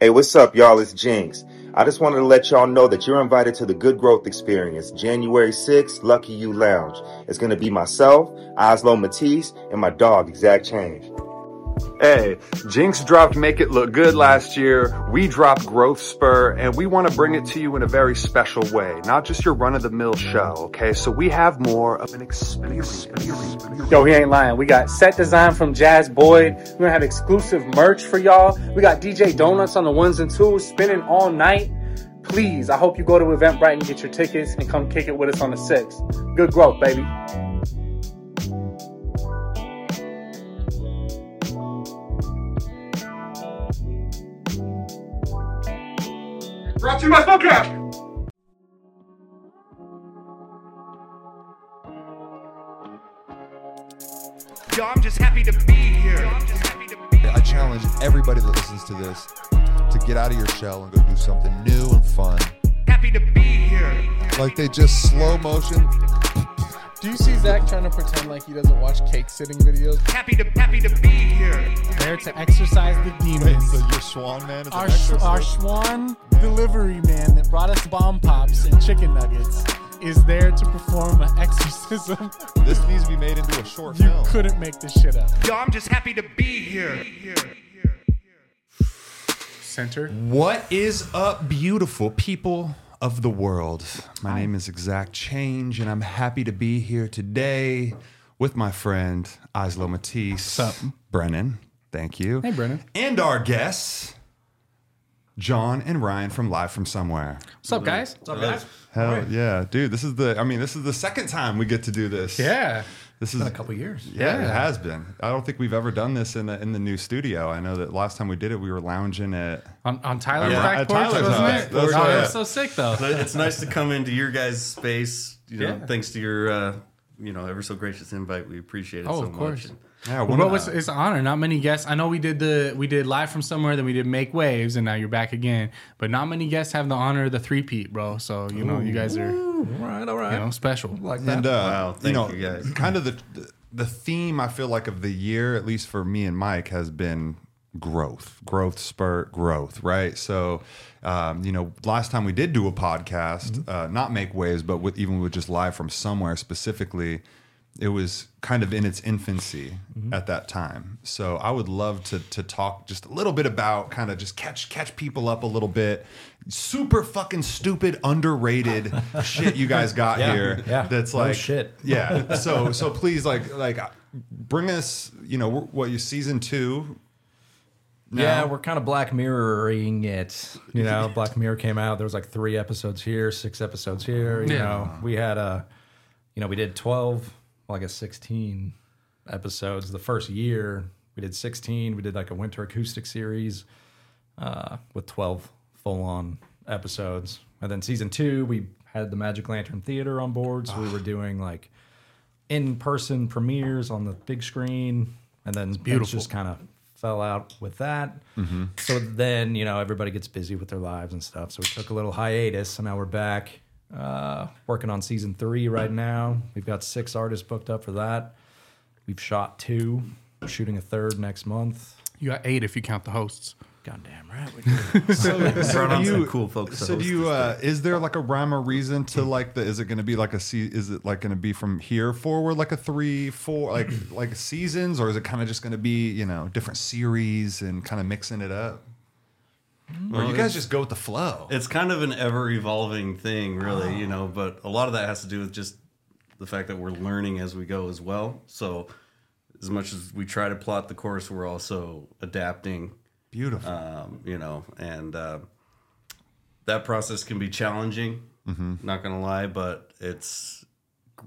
Hey, what's up, y'all? It's Jinx. I just wanted to let y'all know that you're invited to the Good Growth Experience, January 6th, Lucky You Lounge. It's going to be myself, Oslo Matisse, and my dog, Exact Change. Hey, Jinx dropped Make It Look Good last year. We dropped Growth Spur, and we want to bring it to you in a very special way, not just your run of the mill show, okay? So we have more of an experience. Yo, he ain't lying. We got set design from Jazz Boyd. We're gonna have exclusive merch for y'all. We got DJ Donuts on the ones and twos spinning all night. Please, I hope you go to Eventbrite and get your tickets and come kick it with us on the 6th. Good growth, baby. Brought to you by Smokehouse. Yo, I'm just happy to be here. Yo, I'm just happy to be I challenge everybody that listens to this to get out of your shell and go do something new and fun. happy to be here. Like they just slow motion. Do you see Zach trying to pretend like he doesn't watch cake sitting videos? Happy to happy to be here. There to exercise the Wait, demons. so your Swan Man is Our, an sh- exorcist? our Schwan delivery man that brought us bomb pops and chicken nuggets is there to perform an exorcism. This needs to be made into a short you film. couldn't make this shit up. Yo, I'm just happy to be here. Center. What is up, beautiful people of the world? My name is Exact Change, and I'm happy to be here today with my friend Islo Matisse. What's up? Brennan, thank you. Hey, Brennan. And our guests, John and Ryan from Live From Somewhere. What's up, guys? Hell yeah, dude! This is the. I mean, this is the second time we get to do this. Yeah. this is been a couple years. Yeah, it Yeah. has been. I don't think we've ever done this in the in the new studio. I know that last time we did it, we were lounging at. On, on Tyler's Yeah. back At porch, Tyler's wasn't house. it? That's oh, right. that's so sick, though. But it's nice to come into your guys' space. You know, Yeah. thanks to your uh, you know ever so gracious invite, we appreciate it Oh, so of course. much. Yeah, Well, one bro, of- it's, it's an honor. Not many guests. I know we did the we did live from somewhere, then we did make waves, and now you're back again. But not many guests have the honor of the three peat, bro. So you know you guys are you All right, all right. know special. like and uh, wow, you thank know, you guys. kind of the, the the theme I feel like of the year, at least for me and Mike, has been growth, growth spurt, growth. Right. So, um, you know, last time we did do a podcast, uh, not make waves, but with, even with just live from somewhere specifically, it was kind of in its infancy at that time. So I would love to to talk just a little bit about kind of just catch catch people up a little bit. Super fucking stupid, underrated shit you guys got Yeah, here. yeah. that's No like shit. Yeah. So so please like like bring us you know we're- what you season two. now? Yeah, we're kind of Black Mirroring it. You know, Black Mirror came out. There was like three episodes here, six episodes here. You Yeah. know, we had a, you know, we did twelve, well, I guess sixteen episodes the first year. We did sixteen. We did like a winter acoustic series uh, with twelve full-on episodes, and then season two we had the Magic Lantern Theater on board, so we were doing like in-person premieres on the big screen, and then things beautiful. just kind of fell out with that. So then you know everybody gets busy with their lives and stuff. So we took a little hiatus, so now we're back uh, working on season three right now. We've got six artists booked up for that. We've shot two, We're shooting a third next month. You got eight if you count the hosts. Goddamn right. We So, Brought on some cool folks to So do host you? this Uh, is there like a rhyme or reason to like the? Is it going to be like a? se- Is it like going to be from here forward, like a three, four, like like seasons, or is it kind of just going to be you know different series and kind of mixing it up? Or you guys just go with the flow. It's kind of an ever evolving thing, really, you know, but a lot of that has to do with just the fact that we're learning as we go as well. So, as much as we try to plot the course, we're also adapting, Beautiful. um, you know, and uh, that process can be challenging, not going to lie, but it's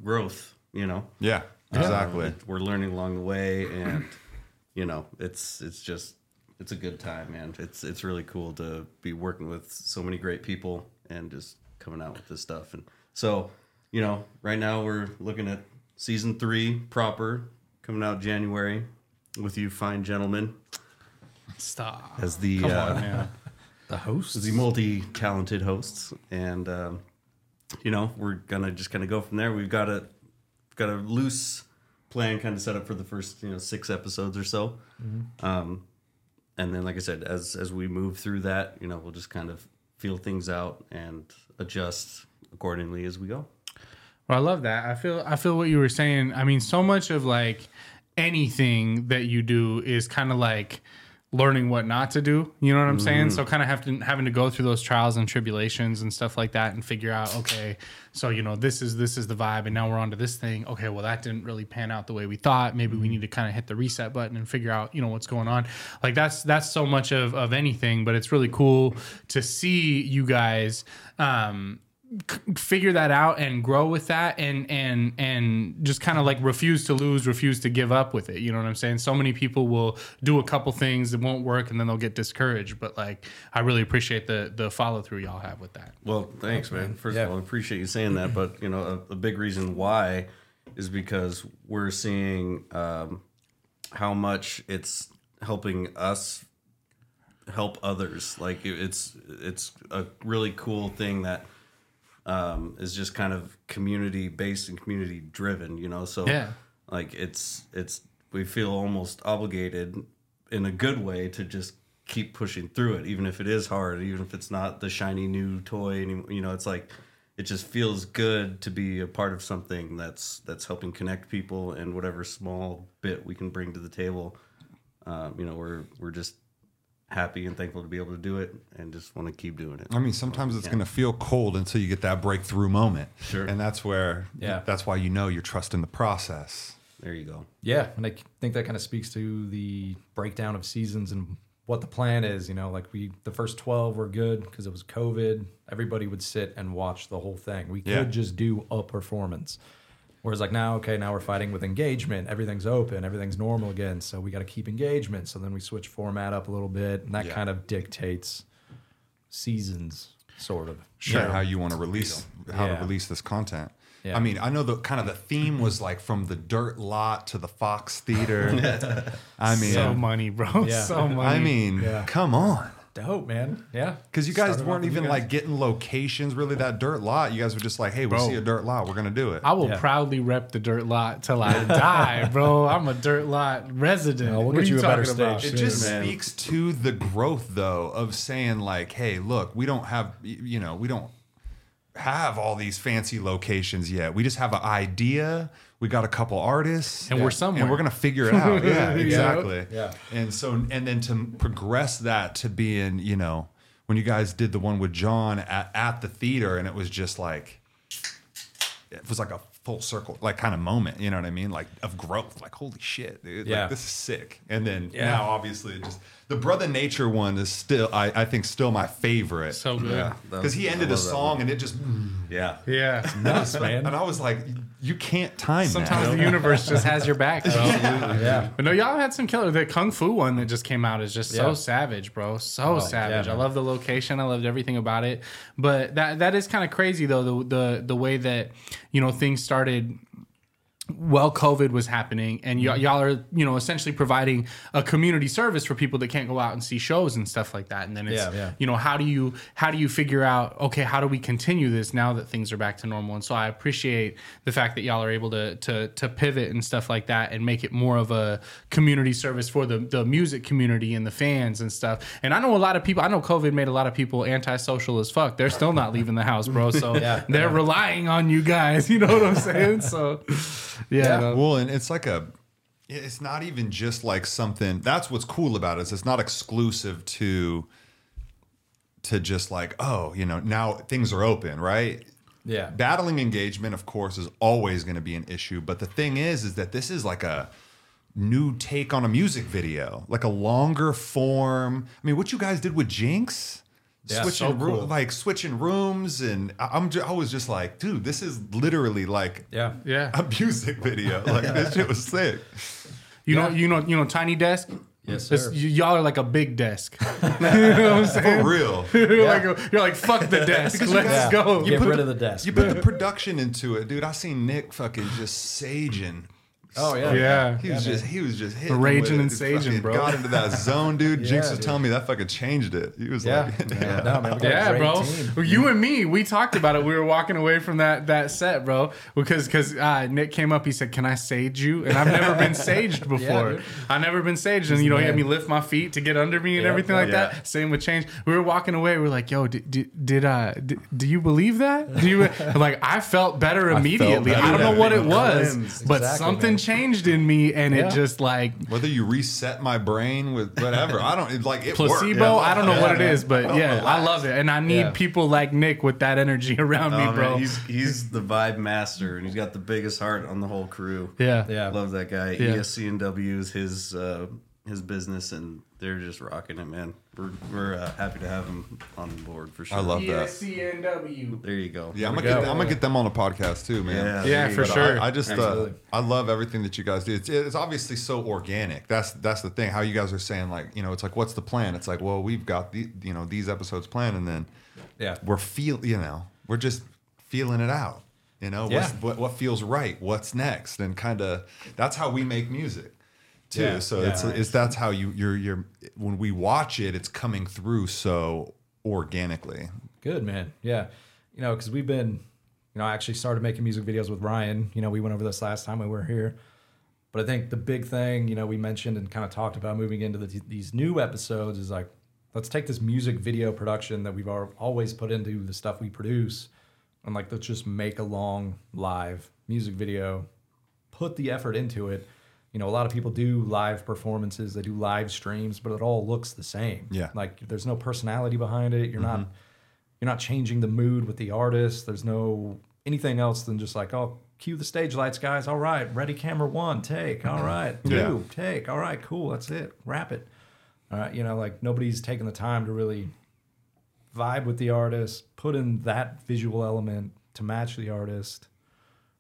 growth, you know. yeah, Um, exactly. it- we're learning along the way, and you know, it's it's just it's a good time, man. It's it's really cool to be working with so many great people and just coming out with this stuff. And so, you know, right now we're looking at season three proper coming out January with you fine gentlemen Stop. as the Come uh, on, man. the as host. the multi-talented hosts, and um, you know we're gonna just kind of go from there. We've got a got a loose plan kind of set up for the first you know six episodes or so, um, and then like I said, as as we move through that, you know, we'll just kind of feel things out and adjust accordingly as we go. Well, I love that. I feel I feel what you were saying. I mean, so much of like anything that you do is kind of like learning what not to do. You know what I'm saying? So kind of have to having to go through those trials and tribulations and stuff like that and figure out, okay, so you know, this is this is the vibe and now we're onto this thing. Okay, well that didn't really pan out the way we thought. Maybe we need to kind of hit the reset button and figure out, you know, what's going on. Like that's that's so much of of anything, but it's really cool to see you guys um figure that out and grow with that and and and just kind of like refuse to lose refuse to give up with it you know what i'm saying so many people will do a couple things that won't work and then they'll get discouraged but like i really appreciate the the follow through y'all have with that Well, thanks, man. First of all, I appreciate you saying that, but you know, a, a big reason why is because we're seeing um, how much it's helping us help others. Like it- it's it's a really cool thing that um, is just kind of community based and community driven. You know, so Yeah. like it's it's we feel almost obligated in a good way to just keep pushing through it even if it is hard even if it's not the shiny new toy any, you know it's like it just feels good to be a part of something that's that's helping connect people and whatever small bit we can bring to the table um, you know we're we're just happy and thankful to be able to do it and just want to keep doing it I mean, sometimes it's going to feel cold until you get that breakthrough moment. Sure. And that's where, Yeah. that's why you know you're trusting the process. there you go Yeah, and I think that kind of speaks to the breakdown of seasons and what the plan is. You know, like we the first twelve were good because it was COVID. Everybody would sit and watch the whole thing. We could Yeah. just do a performance. Whereas like now, okay, now we're fighting with engagement. Everything's open. Everything's normal again. So we got to keep engagement. So then we switch format up a little bit, and that kind of dictates seasons, sort of. sure. how you want to release how to Yeah. release this content. Yeah. I mean, I know the kind of the theme was like from the dirt lot to the Fox Theater. I mean, so money bro Yeah. so money I mean, come on. Dope, man. Yeah, Because you guys Started off weren't with you even guys. like getting locations really that dirt lot. You guys were just like, hey, we see a dirt lot. We're going to do it. I will Yeah. proudly rep the dirt lot till I die, bro. I'm a dirt lot resident. we'll what get are you, you a better talking about? stage It just man. speaks to the growth, though, of saying like, "Hey, look, we don't have, y- you know, we don't have all these fancy locations yet. We just have an idea. We got a couple artists, And we're somewhere. and we're gonna figure it out. yeah, Yeah. exactly. Yeah. And so, and then to progress that to being, you know, when you guys did the one with John at, at the theater, and it was just like, it was like a full circle, like kind of moment. You know what I mean? Like of growth. Like holy shit, dude. Yeah. Like this is sick. And then now, obviously, it just the brother nature one is still, I, I think, still my favorite. So good. Yeah. because he I ended a love that song and it just, yeah nuts, man. and I was like, you can't time Sometimes that. the universe just has your back, bro. yeah. But no, y'all had some killer. The Kung Fu one that just came out is just so Yeah. Oh, savage, bro. So savage. yeah, I man. love the location. I loved everything about it. But that that is kind of crazy though. The the the way that you know things started while COVID was happening, and Mm-hmm. y- y'all are you know essentially providing a community service for people that can't go out and see shows and stuff like that. And then it's Yeah, yeah. you know how do you how do you figure out okay how do we continue this now that things are back to normal? And so I appreciate the fact that y'all are able to to to pivot and stuff like that and make it more of a community service for the the music community and the fans and stuff. And I know a lot of people. I know COVID made a lot of people antisocial as fuck. They're still not leaving the house, bro. So they're relying on you guys. You know what I'm saying? So yeah. no. Well, and it's like a, it's not even just like something. That's what's cool about it is it's not exclusive to, to just like oh you know now things are open right. Yeah. Battling engagement, of course, is always going to be an issue. But the thing is, is that this is like a new take on a music video, like a longer form. I mean, what you guys did with Jinx, switching so roo- cool. like switching rooms, and I- I'm ju- I was just like, dude, this is literally like Yeah. Yeah. a music video. Like this shit was sick. You know, you know, you know, tiny desk. Yes, It's- sir. y- y'all are like a big desk. you know what I'm saying? For real. You're, like you're like, fuck the desk. Because you Let's guys- go. Get put rid the- of the desk. You put the production into it, dude. I seen Nick fucking just saging Oh yeah, Yeah. He was just he was just hitting Raging with and it. saging, Fucking bro. Got into that zone, dude. Jinx Yeah, was dude. telling me that fucking changed it. He was Yeah, like, yeah, no, man, we got a Yeah, great bro. team. Well, You and me, we talked about it. We were walking away from that that set, bro, because because uh, Nick came up. He said, "Can I sage you?" And I've never been saged before. dude. I've never been saged, and you know, he had me lift my feet to get under me and Yeah, everything yeah. like that. Same with change. We were walking away. We were like, "Yo, did did, did uh d- do you believe that? Do you like?" I felt better immediately. better. I don't know what it Everything was, cleansed. but Exactly, something man. changed in me, and Yeah. it just like whether you reset my brain with whatever, I don't it, like it. worked. placebo. Yeah. I don't know what it man. is, but yeah, I love it, and I need Yeah. people like Nick with that energy around Oh, me, man, bro. he's he's the vibe master, and he's got the biggest heart on the whole crew. yeah, Yeah. love that guy. E Yeah. ESCNW is his uh, his business, and they're just rocking it, man. We're we're uh, happy to have him on board for sure. I love that. ESCNW. There you go. Yeah, I'm gonna get, I'm gonna get them on a podcast too, man. Yeah, Yeah, there you for go. sure. I, I just uh, I love everything that you guys do. It's, it's obviously so organic. That's that's the thing. How you guys are saying like you know it's like what's the plan? It's like well we've got the you know these episodes planned and then Yeah. we're feel you know we're just feeling it out. You know what's, Yeah. what what feels right? What's next? And kind of that's how we make music too. Yeah, So yeah. it's it's that's how you you're you're when we watch it, it's coming through so organically. Good man. Yeah. You know, because we've been, you know, I actually started making music videos with Ryan. You know, we went over this last time we were here. But I think the big thing, you know, we mentioned and kind of talked about moving into the, these new episodes is like, let's take this music video production that we've al- always put into the stuff we produce and like, let's just make a long live music video, put the effort into it. You know, a lot of people do live performances, they do live streams, but it all looks the same. Yeah. Like, there's no personality behind it. You're not you're not changing the mood with the artist. There's no anything else than just like, oh, cue the stage lights, guys. All right, ready, camera one, take. All right, two, Yeah. take. All right, cool. That's it. Wrap it. All right, you know, like nobody's taking the time to really vibe with the artist, put in that visual element to match the artist.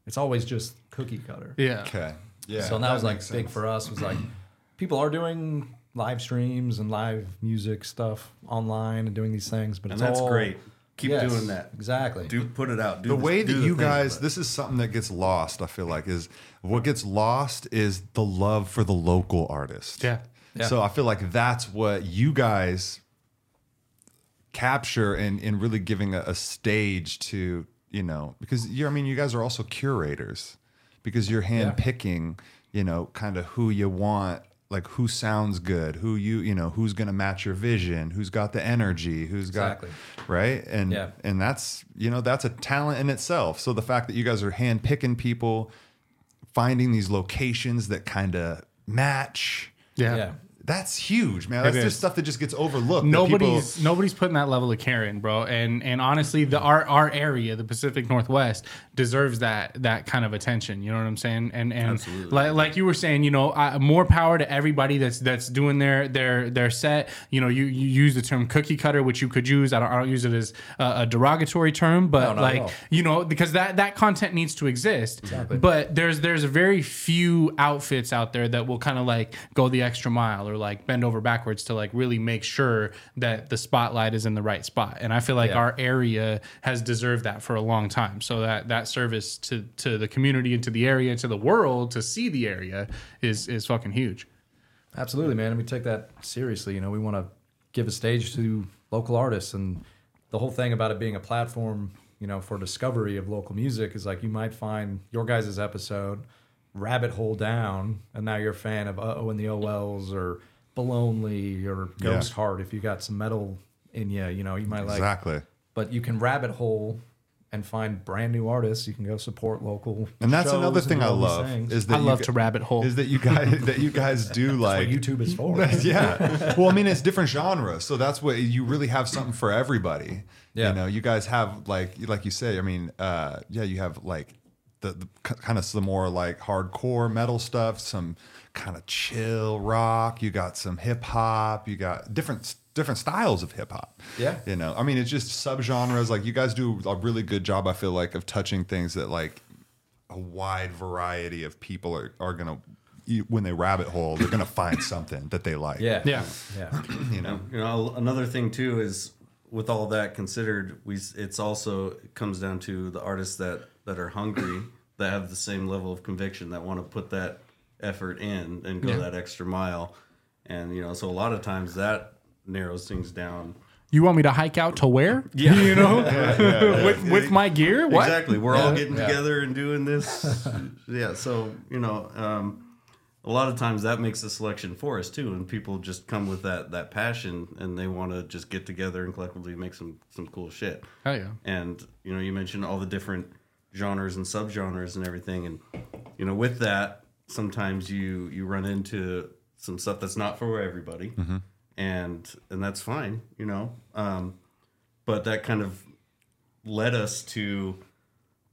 It's always just cookie cutter. Yeah, Okay. Yeah. so that was like makes big sense. for us was like people are doing live streams and live music stuff online and doing these things, but And it's that's all- great. Keep Yes, doing that. Exactly. Do put it out. Do the way do that the you thing, guys but- this is something that gets lost i feel like is what gets lost is the love for the local artist Yeah. Yeah. so i feel like that's what you guys capture and in really giving a, a stage to you know because you're i mean you guys are also curators because you're hand picking you know kind of who you want like who sounds good who you you know who's going to match your vision who's got the energy who's got Exactly. right and Yeah. and that's you know that's a talent in itself so the fact that you guys are hand picking people finding these locations that kind of match yeah. Yeah. that's huge man that's It just is. stuff that just gets overlooked that people- Nobody's nobody's putting that level of care in, bro. And and honestly, the our our area, the Pacific Northwest, deserves that that kind of attention. You know what I'm saying? And and like like you were saying, you know, I, more power to everybody that's that's doing their their their set. You know, you, you use the term cookie cutter, which you could use. I don't, I don't use it as a, a derogatory term, but not at like all. you know because that that content needs to exist but there's there's very few outfits out there that will kind of like go the extra mile or like bend over backwards to like really make sure that the spotlight is in the right spot and i feel like Yeah. our area has deserved that for a long time so that that service to to the community and to the area to the world to see the area is is fucking huge Absolutely, man. And we take that seriously. You know, we want to give a stage to local artists. And the whole thing about it being a platform, you know, for discovery of local music is like you might find your guys' episode, rabbit hole down, and now you're a fan of Uh Oh and the OLs or Baloney or Ghost Heart. If you got some metal in you, you know, you might like exactly But you can rabbit hole and find brand new artists. You can go support local. and that's shows another and thing do i all these love things. is that i you love gu- to rabbit hole is that you guys that you guys do like what YouTube is for. yeah. Well, I mean, it's different genres, so that's what you really have something for everybody. Yeah. You know, you guys have like like you say. I mean, uh, yeah, you have like the, the k- kind of some more like hardcore metal stuff, some kind of chill rock. You got some hip hop. You got different s- different styles of hip hop. Yeah. You know, I mean, it's just subgenres. Like you guys do a really good job. I feel like of touching things that like a wide variety of people are, are gonna you- when they rabbit hole they're gonna find something that they like Yeah. yeah Yeah. you know You know, another thing too is with all that considered, we it's also it comes down to the artists that that are hungry that have the same level of conviction that want to put that effort in and go that extra mile. And you know, so a lot of times that narrows things down. You want me to hike out to where? Yeah. You know, with, with my gear? What? Exactly. We're all getting together and doing this. yeah. So, you know, um, a lot of times that makes the selection for us too. And people just come with that, that passion and they want to just get together and collectively make some, some cool shit. Hell yeah. And, you know, you mentioned all the different genres and subgenres and everything. And, you know, with that, sometimes you, you run into some stuff that's not for everybody and, and that's fine, you know? Um, but that kind of led us to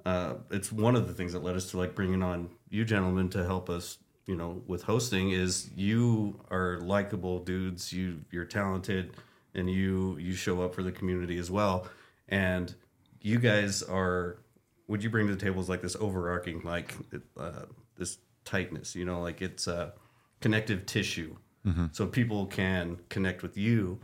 uh, it's one of the things that led us to like bringing on you gentlemen to help us you know with hosting is you are likable dudes you you're talented and you you show up for the community as well and you guys are would you bring to the table is like this overarching like uh, this tightness you know like it's uh, connective tissue so people can connect with you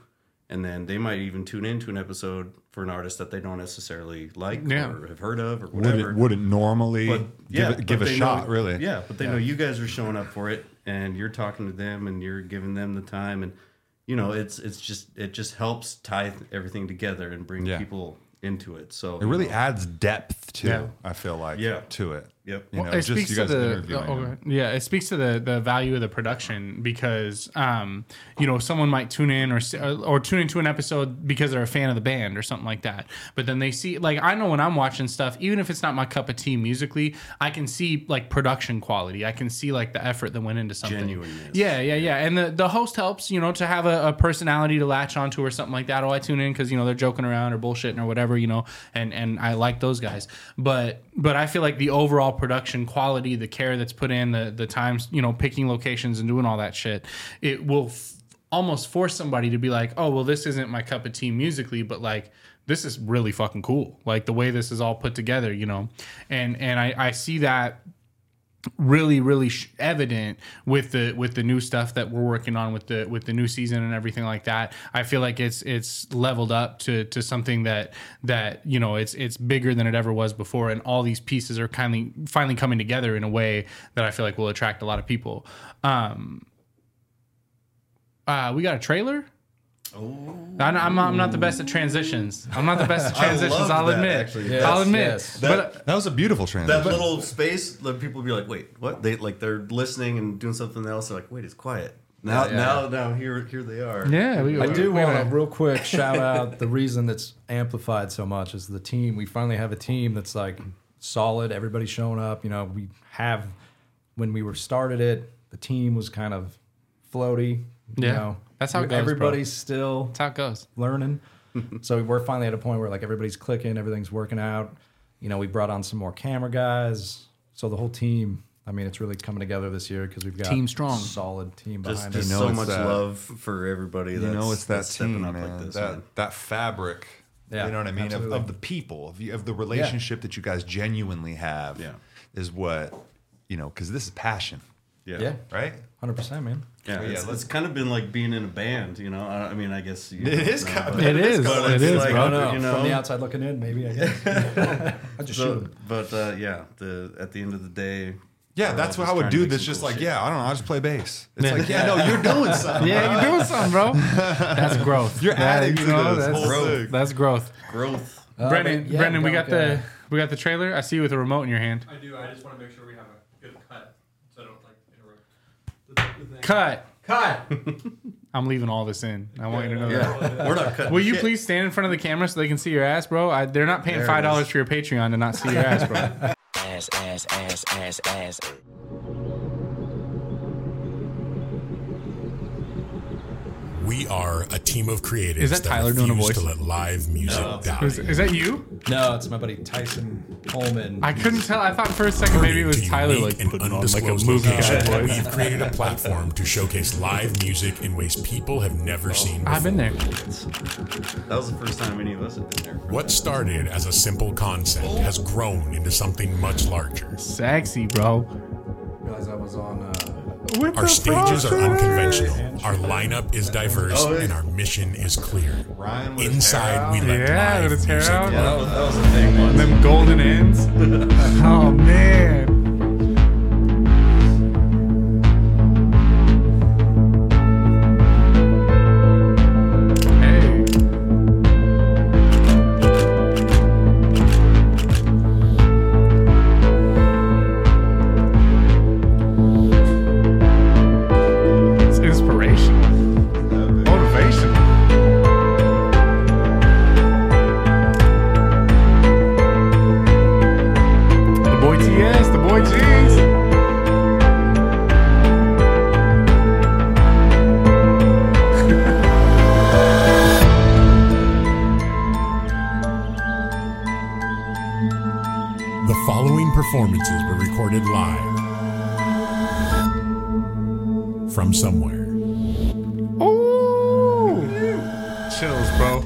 and then they might even tune into an episode for an artist that they don't necessarily like Yeah. or have heard of or Would whatever it, would it normally but give, yeah, it- but give a they shot, know- really? Yeah, but they know you guys are showing up for it, and you're talking to them, and you're giving them the time, and you know, it's it's just it just helps tie th- everything together and bring Yeah. people into it. So It really you know, adds depth to, Yeah. I feel like, Yeah. to it. Yep. You know, it just speaks you guys to the, interviewing. oh, them. okay. yeah it speaks to the the value of the production because um you know someone might tune in or s- uh, or tune into an episode because they're a fan of the band or something like that but then they see like i know when i'm watching stuff even if it's not my cup of tea musically i can see like production quality i can see like the effort that went into something Genuineness. yeah yeah yeah and the the host helps you know to have a, a personality to latch onto or something like that oh i tune in because you know they're joking around or bullshitting or whatever you know and and i like those guys but but i feel like the overall production quality the care that's put in the the times you know picking locations and doing all that shit it will f- almost force somebody to be like oh well this isn't my cup of tea musically but like this is really fucking cool like the way this is all put together you know and and i i see that really really sh- evident with the with the new stuff that we're working on with the with the new season and everything like that i feel like it's it's leveled up to to something that that you know it's it's bigger than it ever was before and all these pieces are kindly finally coming together in a way that i feel like will attract a lot of people um uh we got a trailer Oh. I know- I'm, not, I'm not the best at transitions. I'm not the best at transitions. love I'll that, admit. actually. I'll Yes, admit. yes. That- uh, That was a beautiful transition. that little space, let people be like, "Wait, what?" They like they're listening and doing something else. They're like, "Wait, it's quiet." Now, now, now, here, here they are. Yeah, we, I we- do we want gotta- to real quick shout out the reason that's amplified so much is the team. We finally have a team that's like solid. Everybody's showing up. You know, we have when we were started it, the team was kind of floaty. You Yeah. know, That's how it goes, bro. everybody's still That's how it goes. learning. so we're finally at a point where like everybody's clicking, everything's working out. You know, we brought on some more camera guys. So the whole team, I mean, it's really coming together this year because we've got Team strong. solid team Just, behind just us. know so it's much that- love for everybody. That's, you know, it's that that's stepping team, up man. like this. that, man. that fabric. Yeah, you know what I mean? Of, absolutely. of the people, of the, of the relationship that you guys genuinely have Yeah. is what, you know, because this is passion, Yeah, right? hundred percent, man. Yeah, yeah, it's, let's- it's kind of been like being in a band, you know. I, I mean, I guess you It is know, kind of- but- It is. but It it's is, like, bro. You from the know, outside looking in, maybe. I guess. I just shoot so, 'em. but uh, yeah, the at the end of the day, Yeah, we're that's all what I just would trying to do. make That's some just cool like, shit. yeah, I don't know. I just play bass. It's like, yeah, no, you're doing something. Yeah, you're doing something, bro. That's growth. You're That- adding to this that's whole thing. growth. That's growth. growth. Brendan, but yeah, Brendan, we don't, got the uh, we got the trailer. I see you with a remote in your hand. I do. I just want to make sure we have a good cut, so I don't like interrupt. The, the thing. Cut. Cut. I'm leaving all this in. I want you to know that. We're not cutting. Will you shit. please stand in front of the camera so they can see your ass, bro? I, they're not paying There it five dollars is. for your Patreon to not see your ass, bro. ass, ass, ass, ass, ass. We are a team of creatives Is that Tyler doing a refuse voice? to let live music die. Is, is that you? No, it's my buddy Tyson Coleman. I couldn't tell. I thought for a second maybe it was Tyler like an putting on like a undisclosed movie location. guy voice. We've created a platform to showcase live music in ways people have never seen before. I've been there. That was the first time any of us had been there. What started as a simple concept has grown into something much larger. Sexy, bro. realize I was on uh, Our stages are unconventional. Our lineup is diverse, Oh, yeah. and our mission is clear. Ryan with his hair Inside, out. we let Yeah, live with his hair music out. run. Them golden ends. oh man. It's inspirational. Motivational. The boy TS, the boy G's. The following performances were recorded live from somewhere. Chills, bro.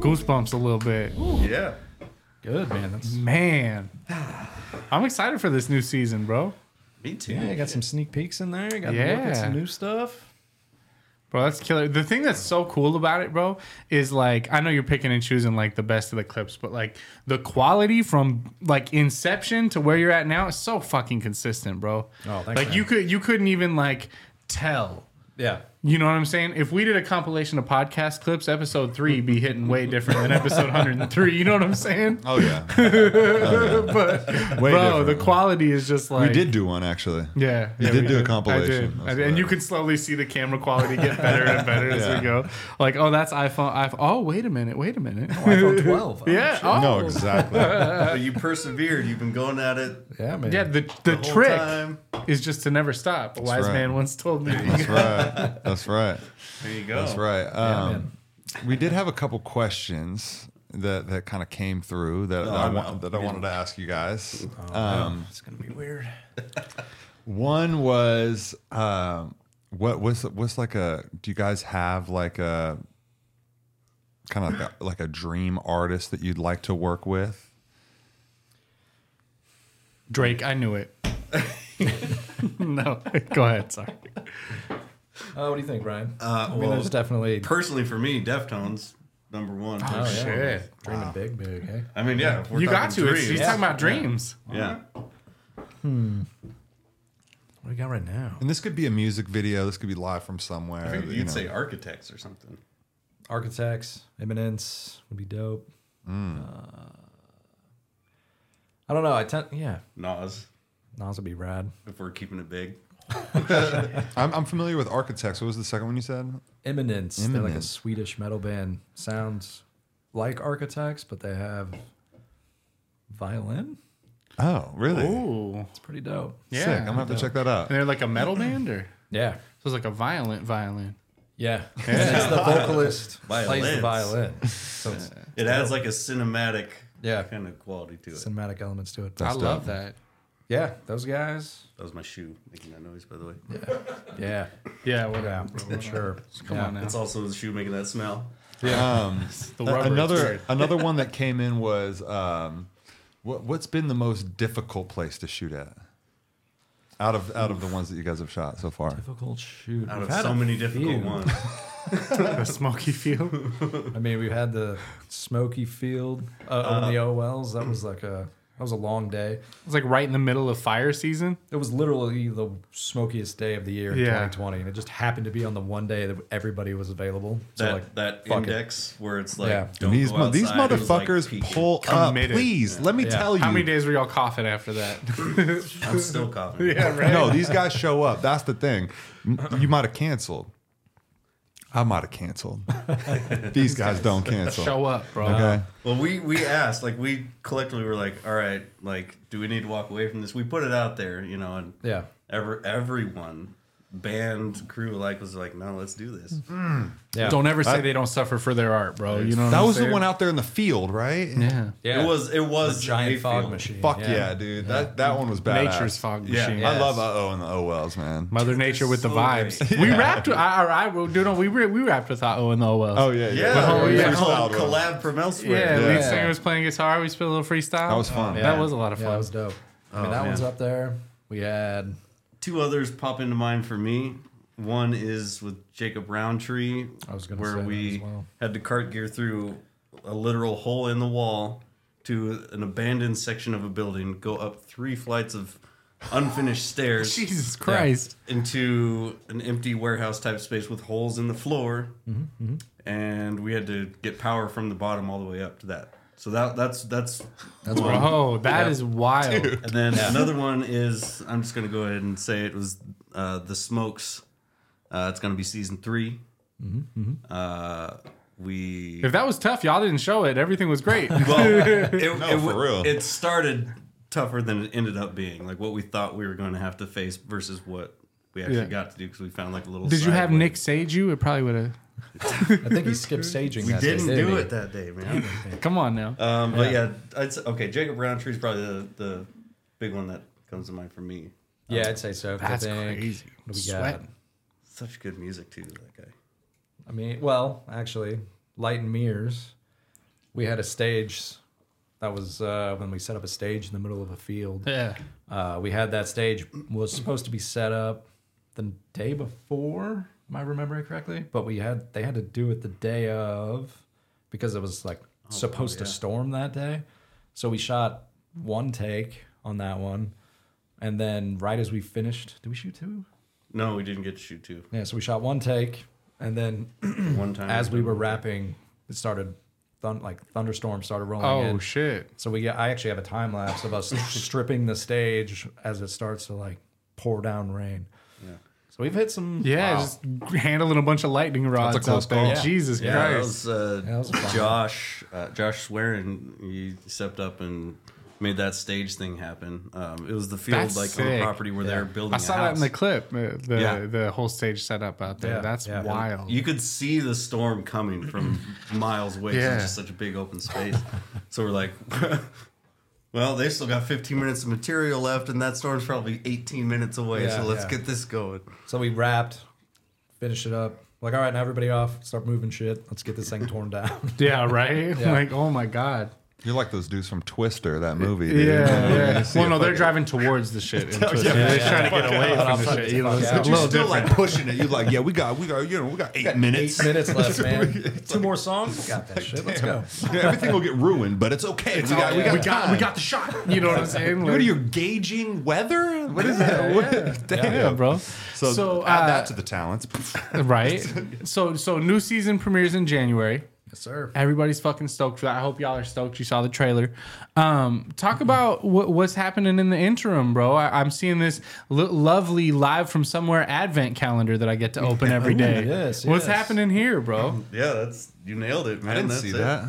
Goosebumps a little bit. Yeah. Good man. That's Man. I'm excited for this new season, bro. Me too. yeah. You got some sneak peeks in there. You got to look Yeah. at some new stuff. Bro, that's killer. The thing that's so cool about it, bro, is like I know you're picking and choosing like the best of the clips, but like the quality from like inception to where you're at now is so fucking consistent, bro. Oh, thanks, like man. you could you couldn't even like tell. Yeah. You know what I'm saying? If we did a compilation of podcast clips, episode three be hitting way different than episode 103. You know what I'm saying? Oh yeah. but Way bro, different. the quality is just like we did do one actually. Yeah, You yeah, did we do a I compilation. did. I did. And you can slowly see the camera quality get better and better as Yeah. we go. Like, oh, that's iPhone. iPhone. Oh, wait a minute. Wait a minute. iPhone 12. Oh, yeah. shit. Oh. No, exactly. But you persevered. You've been going at it. Yeah, man. Yeah. The the, whole trick time. is just to never stop. A wise right. man once told me. That's right. That's right. There you go. That's right. Um, we did have a couple questions that that kind of came through that, that I I'm want, out. that I wanted to ask you guys. Um, Um, it's gonna be weird. One was um, what was what's like a do you guys have like a kind of like a, like a dream artist that you'd like to work with? Drake, I knew it. no, go ahead. Sorry. Uh, what do you think, Brian? Uh, I mean, well, there's definitely Personally, for me, Deftones number one. Oh, yeah. Shit. dreaming big, big. Hey? I mean, yeah. if we're you got talking to. It's, dreams, he's talking about dreams. Yeah. What do we got right now? And this could be a music video. This could be live from somewhere. I think you you'd know. say architects or something. Architects, Eminence would be dope. Uh, I don't know. I tend, yeah, Nas, Nas would be rad. if we're keeping it big. I'm, I'm familiar with Architects. What was the second one you said? Eminence, they're like a Eminence. Swedish metal band. Sounds like Architects, but they have violin. Oh, really? Ooh. It's pretty dope. Yeah. Sick. I'm gonna have to check that out. And they're like a metal band, or Yeah, so it's like a violent violin. yeah. And it's the vocalist plays the Violins. violin, so it's It adds like a cinematic Yeah. kind of quality to it. cinematic elements to it. I That's love dope. that. Yeah, those guys. that was my shoe making that noise, by the way. Yeah, Yeah. Whatever. yeah, sure. Come on now. It's also the shoe making that smell. Um, The a- rubber. it's another weird. another one that came in was um, what what's been the most difficult place to shoot at? Out of out of the ones that you guys have shot so far. Difficult shoot. Out We've of had so a many few. difficult ones. the smoky feel. I mean, we had the smoky field uh, on Uh-huh. the OLs. That was like a that was a long day. It's like right in the middle of fire season. It was literally the smokiest day of the year in Yeah. 2020, and it just happened to be on the one day that everybody was available. So that like that fuck it. index where it's like Yeah. don't these go mo- these outside, it was, like, motherfuckers peaking. pull up. Committed. Please, let me Yeah. tell you. How many days were y'all coughing after that? I'm still coughing. No, these guys show up. That's the thing. M- You might have canceled. I might have canceled. these guys don't cancel. Show up, bro. Okay. Well, we we asked like we collectively were like, all right, like, do we need to walk away from this? We put it out there, you know, and Yeah. ever everyone, band, crew alike was like, no, let's do this. Yeah. Don't ever say they don't suffer for their art, bro. You know what That I'm was the saying? one out there in the field, right? Yeah. Yeah. It was it was giant a fog field. machine. Fuck yeah, dude. That that one was badass. Nature's fog Yeah, machine. I Yes. love uh oh and the oh wells, man. Mother Nature with the so vibes. We rapped. with- I, I, I, dude, no, we re- we rapped with O and the O Wells. Oh yeah, Yeah, That we was had a a whole freestyle one. collab from yeah. elsewhere. Lead Yeah. singer was playing guitar. We spilled a little freestyle. That was fun. That was a lot of Yeah, fun. Oh, that was dope. I mean, that one's up there. We had two others pop into mind for me. One is with Jacob Roundtree, I was gonna where say that we as well. had to cart gear through a literal hole in the wall to an abandoned section of a building, go up three flights of unfinished stairs. Jesus Christ. Into an empty warehouse type space with holes in the floor, Mhm, mhm. and we had to get power from the bottom all the way up to that. So that that's that's That's wild. Whoa, Oh, that that is is wild. And then Yeah. another one is I'm just gonna go ahead and say it was uh, the Smokes. Uh, it's gonna be season 3 Mhm, mhm. Uh, we If that was tough, y'all didn't show it. Everything was great. well, it, it- It started tougher than it ended up being. Like what we thought we were going to have to face versus what we actually Yeah. got to do because we found like a little. Did you side have way. Nick sage you? It probably would have. I think he skipped saging We that didn't day, didn't do he? it that day, man. Come on now. Um, but Yeah. yeah, I'd say, okay. Jacob Roundtree's probably the, the big one that comes to mind for me. Yeah, I'd say so. I That's think. crazy. What do we Sweat. got? Such good music too. That guy. I mean, well, actually, Light and Mirrors. We had a stage. That was uh, when we set up a stage in the middle of a field. Yeah. Uh, we had that stage was supposed to be set up the day before. Am I remembering correctly? But we had they had to do it the day of because it was like supposed to Oh, yeah. storm that day. So we shot one take on that one, and then right as we finished, did we shoot two? No, we didn't get to shoot two. Yeah, so we shot one take, and then One time as we we were wrapping, it started thun- like thunderstorms started rolling. Oh, in. shit! So we I actually have a time lapse of us stripping the stage as it starts to like pour down rain. Yeah. So we've hit some. Yeah, wow. just handling a bunch of lightning rods out there. Jesus Yeah, that Christ. was, uh, Yeah, that was fun. Josh. Uh, Josh Swearin, he stepped up and made that stage thing happen. Um, it was the field That's like on the sick. property where they're building. I saw a that in house. the clip. uh, The Yeah. the whole stage setup out there. Yeah, That's yeah. wild. You could see the storm coming from miles away. 'cause Yeah. It's just such a big open space. so we're like, well, they still got 15 minutes of material left, and that storm's probably 18 minutes away. Yeah, so let's yeah. get this going. So we wrapped, finished it up. Like, all right, now everybody off, start moving shit. Let's get this thing torn down. yeah, right. Yeah. Like, oh my god. You're like those dudes from Twister, that movie. Yeah, dude. You yeah. see Well, a no, they're fucking- driving towards the shit. in Yeah, Twister. yeah, they're yeah. trying to get Fuck away out. from the Fuck shit. You out. know, it's a But you're little still like different. pushing it. You like, yeah, we got, we got, you know, we got eight minutes. Eight minutes left, man. It's Two more songs. We got that shit. Let's go. like, yeah, everything will get ruined, but it's okay. It's we, got, all- we got, we got- time. we got the shot. You know what I'm saying? What are Like- you gauging weather? What is that? What- Damn, Yeah, bro. So, So, add uh, that to the talents, right? So so new season premieres in January. Yes, sir. Everybody's fucking stoked for that. I hope y'all are stoked. You saw the trailer. Um, talk about what, what's happening in the interim, bro. I, I'm seeing this lo- lovely live from somewhere advent calendar that I get to open every Ooh, day. yes, what's yes. happening here, bro? Yeah, that's you nailed it, man. didn't that's see it. that.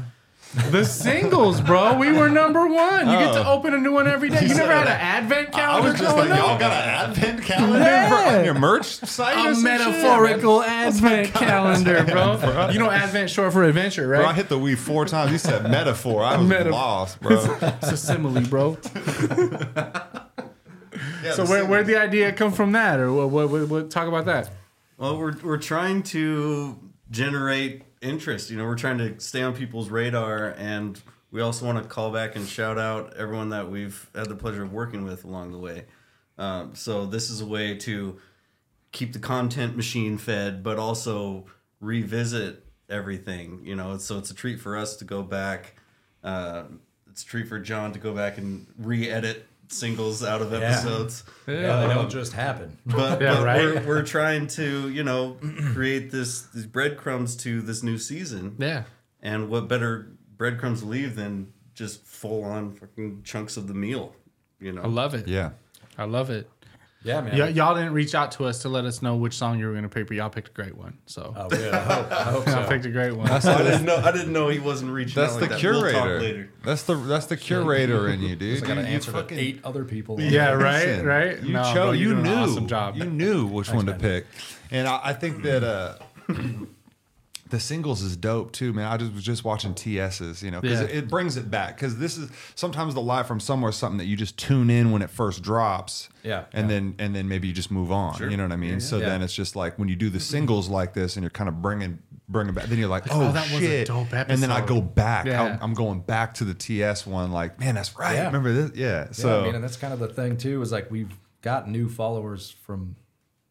The singles, bro. We were number one. You get to Oh. open a new one every day. You never had an advent calendar. going up? y'all got an advent calendar Yeah. for, on your merch site? or a some shit? metaphorical advent calendar, bro. You know advent short for adventure, right? Bro, I hit the Wii four times. You said metaphor. I was Meta- lost, bro. it's a simile, bro. so the where where the idea come from that, or what? What? what, what talk about that. Well, we're we're trying to generate interest. You know, we're trying to stay on people's radar, and we also want to call back and shout out everyone that we've had the pleasure of working with along the way. Um, so this is a way to keep the content machine fed, but also revisit everything. You know, so it's a treat for us to go back. Uh, it's a treat for John to go back and re-edit singles out of episodes. Yeah, they Um, don't just happen. but, Yeah, but right. we're, we're trying to you know create this these breadcrumbs to this new season Yeah. and what better breadcrumbs to leave than just full on fucking chunks of the meal you know I love it. I love it. Yeah, man. Y- y'all didn't reach out to us to let us know which song you were gonna pick, but y'all picked a great one. So Oh, good. I hope, I hope y'all so. picked a great one. That's I didn't know I didn't know he wasn't reaching That's out the like that. We'll talk curator. later. that's the that's the curator in you, dude. I got to You- you answer fucking- to eight other people. yeah, right, Listen, right. You No, chose. bro, you you're doing knew. An awesome job. You knew which one to pick, and I, I think that uh, the singles is dope too, man. I just was just watching TS's, you know, because Yeah. it, it brings it back. Because this is sometimes the live from somewhere is something that you just tune in when it first drops, Yeah, and then and then maybe you just move on. You know what I mean? So Yeah. then it's just like when you do the singles like this, and you're kind of bringing bringing back. Then you're like, oh, oh, that was a shit. dope And then I episode. go back. Yeah. I'm- I'm going back to the TS one. Like, man, that's right. Yeah. Remember this? Yeah. So So I mean, and that's kind of the thing too. Is like we've got new followers from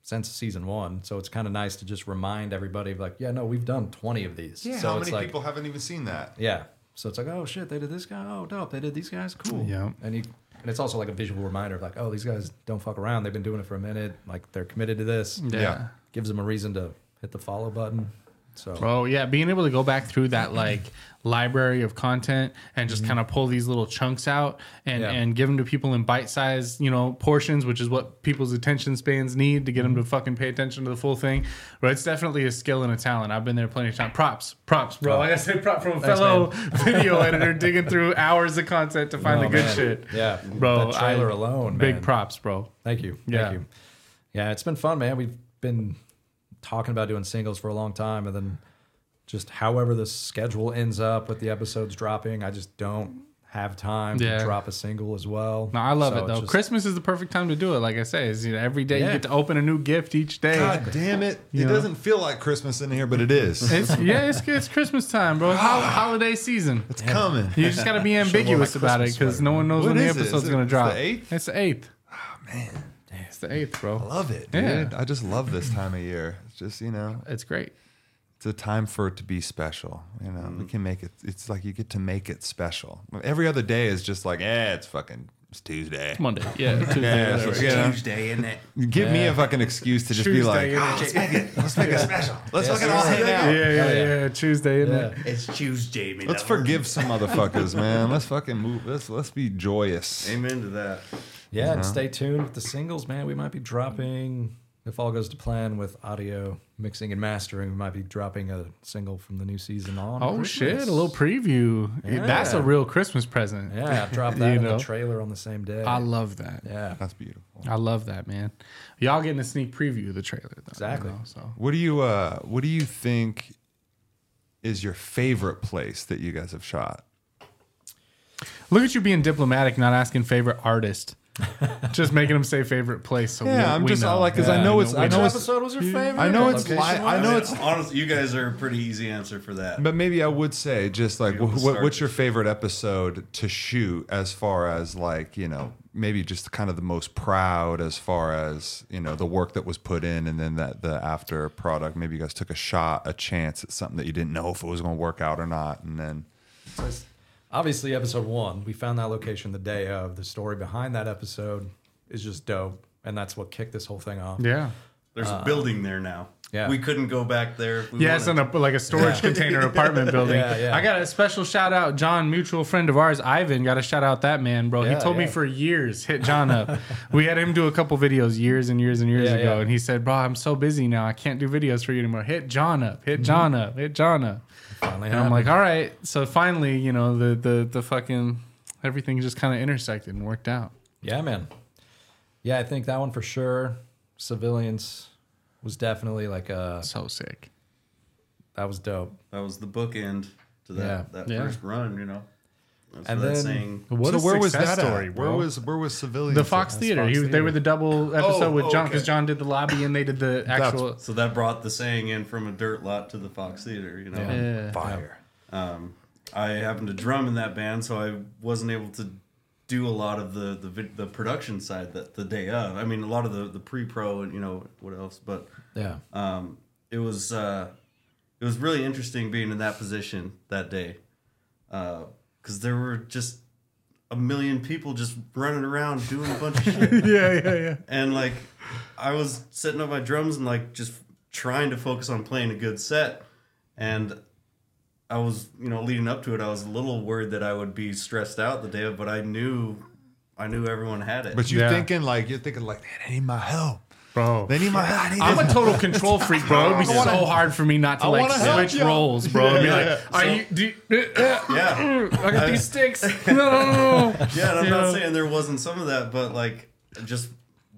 since season one. So it's kind of nice to just remind everybody of like, yeah, no, we've done 20 of these. Yeah, so how it's many like, people haven't even seen that? yeah. So it's like, oh shit, they did this guy. Oh dope, they did these guys. Cool. Yeah. And you, and it's also like a visual reminder of like, oh, these guys don't fuck around. They've been doing it for a minute. Like they're committed to this. Yeah. Yeah. Gives them a reason to hit the follow button. So Bro, yeah, being able to go back through that like library of content and just Mhm. kind of pull these little chunks out and Yeah. and give them to people in bite-sized, you know, portions, which is what people's attention spans need to get them Mm-hmm. to fucking pay attention to the full thing. But it's definitely a skill and a talent. I've been there plenty of times. Props, props, bro. Oh. Like I said, prop from a Thanks, fellow man. video editor digging through hours of content to find No, the good Oh, man. shit. Yeah, bro. That trailer I- alone, big man. props, bro. Thank you. Yeah. Thank you. Yeah, it's been fun, man. We've been talking about doing singles for a long time, and then just however the schedule ends up with the episodes dropping, I just don't have time Yeah. to drop a single as well. No, I love So it it's though. just- Christmas is the perfect time to do it. Like I say, is you know, every day you Yeah. get to open a new gift each day. God damn it! It You know? doesn't feel like Christmas in here, but it is. It's, yeah, it's it's Christmas time, bro. It's hol- holiday season. It's coming. You just got to be Should've worn ambiguous my about it Christmas because sweater. no one knows What when the is it? Is episode's it- going to it's drop. the eighth? It's the eighth. Oh man, it's the eighth, bro. I love it, dude. Yeah. I just love this time of year. It's just, you know, it's great. It's a time for it to be special. You know, we can make it, it's like you get to make it special. Every other day is just like, eh, it's fucking, it's Tuesday. Monday. Yeah, Tuesday, yeah, whatever. so, you know, Tuesday, isn't it? Give me Yeah. a fucking excuse to just be like, Tuesday, isn't "Oh, it?" let's make it, let's make it special. Let's Yeah, fucking all hang seriously. out. Yeah, Oh, yeah, yeah, Tuesday, isn't it? It's Tuesday, man. Let's forgive some motherfuckers, man. Let's fucking move. Let's let's be joyous. Amen to that. Yeah, You know? and stay tuned with the singles, man. We might be dropping, if all goes to plan with audio mixing and mastering, we might be dropping a single from the new season on. Oh Christmas. shit, a little preview. Yeah. That's a real Christmas present. Yeah, drop that in the trailer on the same day. I love that. Yeah, that's beautiful. I love that, man. Y'all getting a sneak preview of the trailer, though. Exactly. so What do you uh what do you think is your favorite place that you guys have shot? look at you being diplomatic, not asking favorite artist, just making them say favorite place. So Yeah, we, I'm we just know. all like, 'cause I Yeah, know we it's- I we know it's- episode was your favorite? I know it's Location-wise? li- I know mean, it's honestly, you guys are a pretty easy answer for that. but maybe I would say just like Maybe we'll wh- what, start what's your favorite episode to shoot as far as like, you know, maybe just kind of the most proud as far as, you know, the work that was put in and then that the after product, maybe you guys took a shot, a chance at something that you didn't know if it was going to work out or not and then So it's- obviously, episode one, we found that location the day of. The story behind that episode is just dope, and that's what kicked this whole thing off. There's Uh, a building there now. yeah. We couldn't go back there. if we Yeah, it's in wanted. a, like a storage Yeah. container apartment building. Yeah, yeah. I got a special shout out, John, mutual friend of ours, Ivan. Got to shout out that man, bro. Yeah, he told me yeah. for years, hit John up. we had him do a couple videos years and years and years Yeah, ago, yeah. and he said, "Bro, I'm so busy now, I can't do videos for you anymore. Hit John up, hit John up, hit John up." Finally and I'm like, "All right." So finally, you know, the the the fucking everything just kind of intersected and worked out. Yeah, man. Yeah, I think that one for sure. Civilians was definitely like a so sick. That was dope. That was the bookend to that, Yeah. that Yeah. first run, you know. That's And what that's then- saying. What so a where was success that at? story, Where bro. was where was civilian? The Fox Theater. He was- they were the double episode Oh, with John okay. because John did the lobby and they did the actual. so that brought the saying in from a dirt lot to the Fox Theater, you know. Yeah. Yeah. Fire. Um, I happened to drum in that band, so I wasn't able to do a lot of the the, vid- the production side that the day of. I mean, a lot of the the pre pro and you know what else, but Yeah. Uh. um, it was uh, it was really interesting being in that position that day because there were just a million people just running around doing a bunch of shit. yeah, yeah, yeah. And like, I was setting up my drums and like just trying to focus on playing a good set. And I was, you know, leading up to it, I was a little worried that I would be stressed out the day of, but I knew, I knew everyone had it. But you're thinking like you're thinking like they need my help, bro. They need my help. I need I'm this- a total control freak, bro. It'd be I wanna- so hard for me not to I like wanna help switch you. roles, bro. I'd be Yeah, like, yeah. are So- you? Do you uh, Yeah. I got these sticks. No, no, no, no. Yeah, and I'm You not know? saying there wasn't some of that, but like just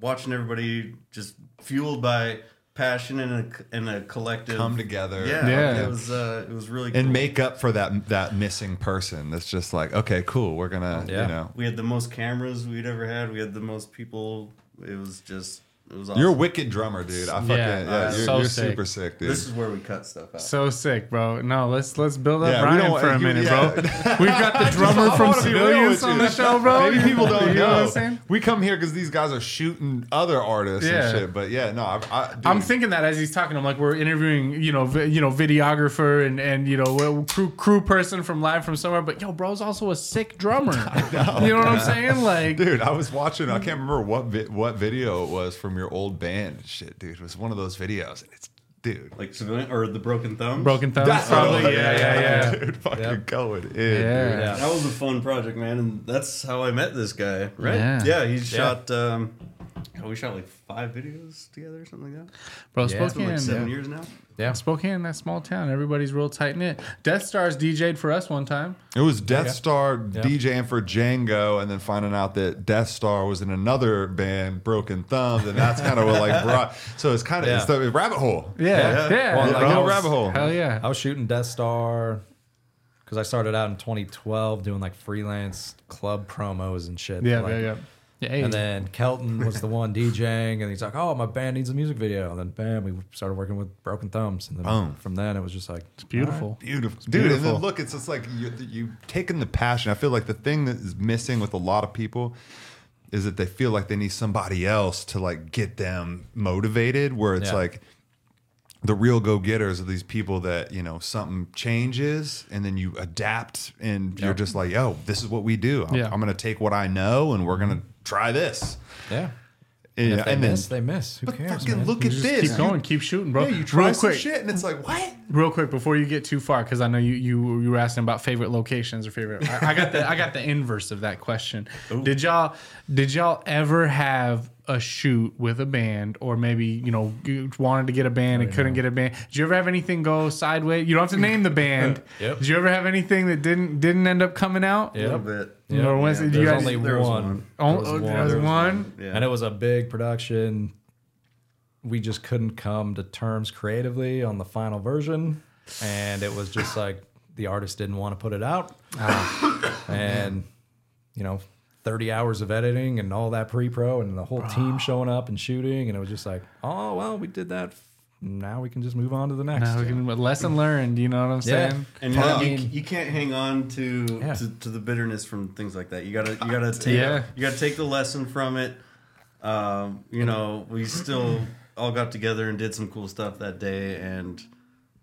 watching everybody just fueled by passion and a and a collective Come together. Yeah, Yeah. it was uh, it was really and cool. make up for that that missing person. That's just like okay, cool. We're gonna you know we had the most cameras we'd ever had. We had the most people. It was just It was You're a wicked drummer, dude. I fucking yeah, you're, so you're sick. super sick, dude. This is where we cut stuff out. So sick, bro. No, let's let's build up Yeah, we Ryan don't- for a you- minute, yeah. bro. We've got the drummer I from wanna be real Civilians with you. on the show, bro. Maybe people don't You know. know what I'm saying? We come here because these guys are shooting other artists Yeah. and shit. But yeah, no, I, I, dude, I'm thinking that as he's talking, I'm like, we're interviewing, you know, vi- you know, videographer and and you know, crew crew person from live from somewhere. But yo, bro's also a sick drummer. You know what I'm saying? Like, dude, I was watching. I can't remember what vi- what video it was from your old band. and Shit, dude, it was one of those videos, and it's dude, like civilian or the broken thumbs. Broken Thumbs, probably. what it Yeah, was. yeah, yeah. dude, fucking Yep. going in. dude. That was a fun project, man, and that's how I met this guy. Right? Yeah. Yeah, he Yeah. shot. Um, God, we shot like five videos together or something like that. Bro, It's been, Spokane. like seven years now. Yeah, Spokane, that small town. Everybody's real tight knit. Death Star's DJ'd for us one time. It was Death Yeah. Star Yeah. DJing for Django, and then finding out that Death Star was in another band, Broken Thumbs, and that's kind of what like brought. So it's kind of it's Yeah. the rabbit hole. Yeah. Well, Well, like, no I was- rabbit hole. yeah. I was shooting Death Star because I started out in 2012 doing like freelance club promos and shit. Yeah, Like- yeah, yeah. Yeah, hey. And then Kelton was the one DJing, and he's like, "Oh, my band needs a music video." And then bam, we started working with Broken Thumbs, and then Boom. from then it was just like it's beautiful. Beautiful, dude. And then look, it's just like you, you've taken the passion. I feel like the thing that is missing with a lot of people is that they feel like they need somebody else to like get them motivated. Where it's Yeah. like the real go getters are these people that you know something changes and then you adapt and you're just like, oh, this is what we do. I'm, Yeah. I'm gonna take what I know and we're gonna try this. Yeah. And, if they and miss, then they miss. Who cares? fucking man? look You at just this. keep You- going, keep shooting, bro. Yeah, you try Real some quick. shit and it's like, what? Real quick before you get too far, because I know you, you you were asking about favorite locations or favorite. I, I got the I got the inverse of that question. Did y'all did y'all ever have a shoot with a band, or maybe you know you wanted to get a band and couldn't get a band? Did you ever have anything go sideways? You don't have to name the band. Yep. Did you ever have anything that didn't didn't end up coming out? Yep. Little bit. You know, Yep. Wednesday, Yeah, you there guys, was only there was one. one. Oh, There was oh, one. there was There was one. Yeah. And it was a big production. We just couldn't come to terms creatively on the final version. And it was just like the artist didn't want to put it out. Ah. and, you know, 30 hours of editing and all that pre pro and the whole team showing up and shooting. And it was just like, oh, well, we did that. Now we can just move on to the next. Now we can- lesson learned. You know what I'm Yeah. saying? And Fuck. you, I you, mean- you can't hang on to, to to the bitterness from things like that. You gotta you gotta take Yeah. you gotta take the lesson from it. Um, you know, we still all got together and did some cool stuff that day, and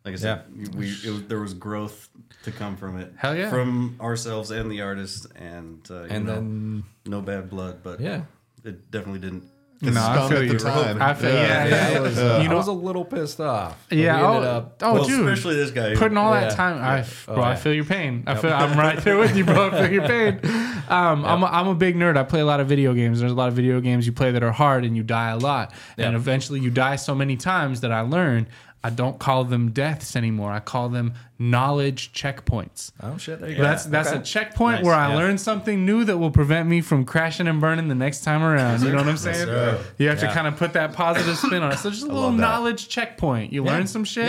like I said, we it, was- there was growth to come from it. Hell yeah. from ourselves and the artists, and uh, you And know, then- no bad blood, but Yeah. it definitely didn't. No, I feel you. I feel yeah, yeah. I was, uh, you I know, was a little pissed off. but Yeah. we Oh, ended up- oh, well, dude. especially this guy. Putting all Yeah. that time, I, f- Yeah. bro, Oh, I yeah. feel your pain. I Yep. feel I'm right there with you, bro. I feel your pain. Um, I'm a, I'm a big nerd. I play a lot of video games. There's a lot of video games you play that are hard, and you die a lot. And Yeah. eventually, you die so many times that I learned I don't call them deaths anymore. I call them knowledge checkpoints. Oh shit! There you That's go. that's Okay. a checkpoint Nice. where I Yeah. learn something new that will prevent me from crashing and burning the next time around. You know what I'm saying? sir. you have to Yeah. kind of put that positive spin on it. So just a little love that. knowledge checkpoint. You Yeah. learn some shit,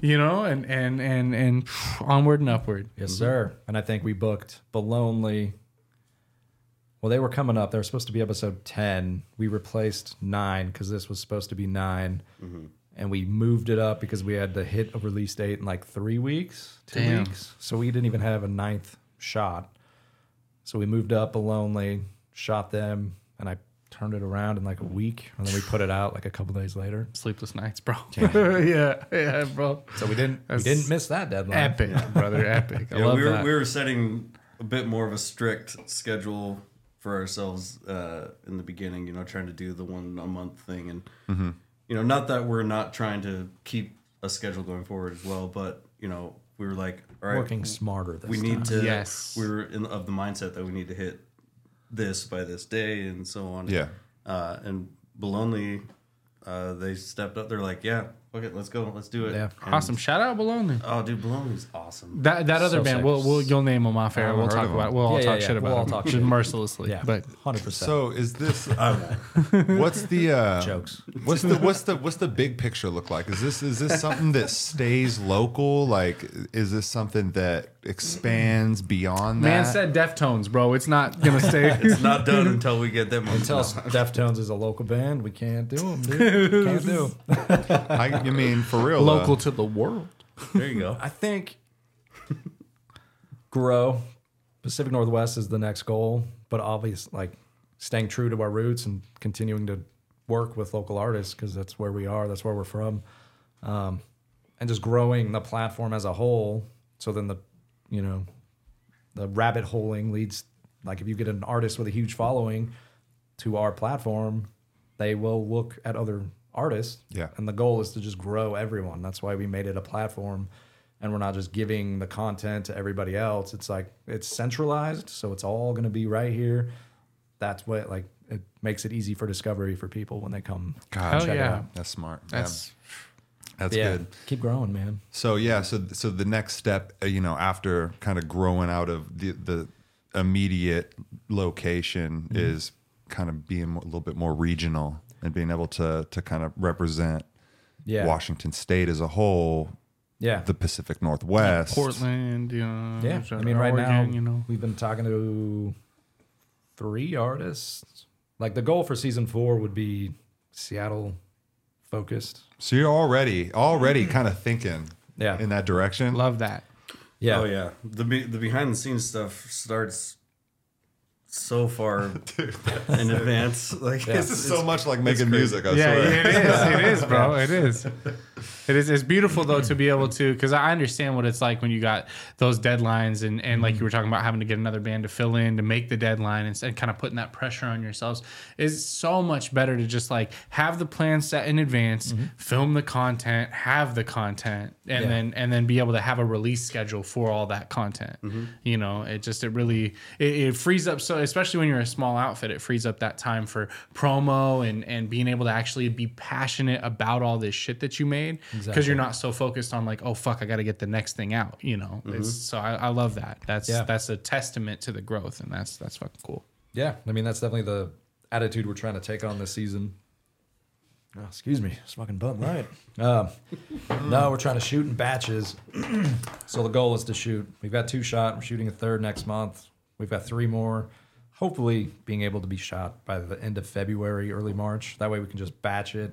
Yeah. you know, and and and and onward and upward. Yes, sir. And I think we booked the Lonely. Well, they were coming up. They were supposed to be episode 10. We replaced nine because this was supposed to be 9 And we moved it up because we had to hit a release date in like three weeks, two Damn. weeks. So we didn't even have a ninth shot. So we moved up a Lonely, shot them, and I turned it around in like a week. And then we put it out like a couple days later. Sleepless nights, bro. Yeah. yeah, yeah, bro. So we didn't we That's didn't miss that deadline. Epic, brother, epic. I yeah, love we were that. we were setting a bit more of a strict schedule for ourselves uh, in the beginning. You know, trying to do the one a month thing, and Mhm. you know, not that we're not trying to keep a schedule going forward as well, but you know, we were like, all right, Working smarter this we need time. to. Yes. we were in, of the mindset that we need to hit this by this day and so on. Yeah. uh, and Bologna, uh, they stepped up. They're like, yeah, Fuck it, let's go. Let's do it. Yeah. And- Awesome. Shout out Bologna. Oh, dude, Bologna's awesome. That that other band, we'll, we'll you'll name them off I air. haven't We'll heard talk of about. them. We'll all Yeah, talk yeah, shit yeah. about We'll all them talk just shit. mercilessly. Yeah. but 100%. So is this? what's the uh, Jokes. What's the what's the what's the big picture look like? Is this is this something that stays local? Like, is this something that expands beyond that? man said Deftones, bro. It's not gonna stay. It's not done until we get them. on- Until Deftones is a local band, we can't do them, dude. Can't do 'em. I, I mean, for real, local though. to the world. There you go. I think grow Pacific Northwest is the next goal, but obviously, like staying true to our roots and continuing to work with local artists because that's where we are, that's where we're from, um, and just growing the platform as a whole. So then the, you know, the rabbit holing leads like if you get an artist with a huge following to our platform, they will look at other artists. Yeah. And the goal is to just grow everyone. That's why we made it a platform and we're not just giving the content to everybody else. It's like it's centralized, so it's all going to be right here. That's what like it makes it easy for discovery for people when they come. God, check it out. that's smart. That's- yeah. that's Yeah. good. Keep growing, man. So yeah, so so the next step, uh, you know, after kind of growing out of the the immediate location Mm-hmm. is kind of being a little bit more regional and being able to to kind of represent Yeah. Washington State as a whole. Yeah. the Pacific Northwest, Portland, you know, Yeah, I mean, right now we've been talking to three artists. Like the goal for season four would be Seattle focused. So you're already already kind of thinking, Yeah. in that direction. love that. Yeah. Oh yeah. The be- the behind the scenes stuff starts so far in advance. Like This is so much like making music. I yeah, swear. it is. It is, bro. It is. It is. It's beautiful though to be able to, because I understand what it's like when you got those deadlines and and like you were talking about having to get another band to fill in to make the deadline and, and kind of putting that pressure on yourselves. It's so much better to just like have the plan set in advance, film the content, have the content, and Yeah. then and then be able to have a release schedule for all that content. You know, it just it really it, it frees up so especially when you're a small outfit, it frees up that time for promo and and being able to actually be passionate about all this shit that you made because Exactly. you're not so focused on like oh fuck I got to get the next thing out. You know, it's, so I, I love that. That's Mm-hmm. Yeah. that's a testament to the growth and that's that's fucking cool. Yeah, I mean that's definitely the attitude we're trying to take on this season. Oh, excuse me, it's fucking bum right. Um, no, we're trying to shoot in batches. so the goal is to shoot. We've got two shot. We're shooting a third next month. We've got three more. Hopefully, being able to be shot by the end of February, early March. That way, we can just batch it.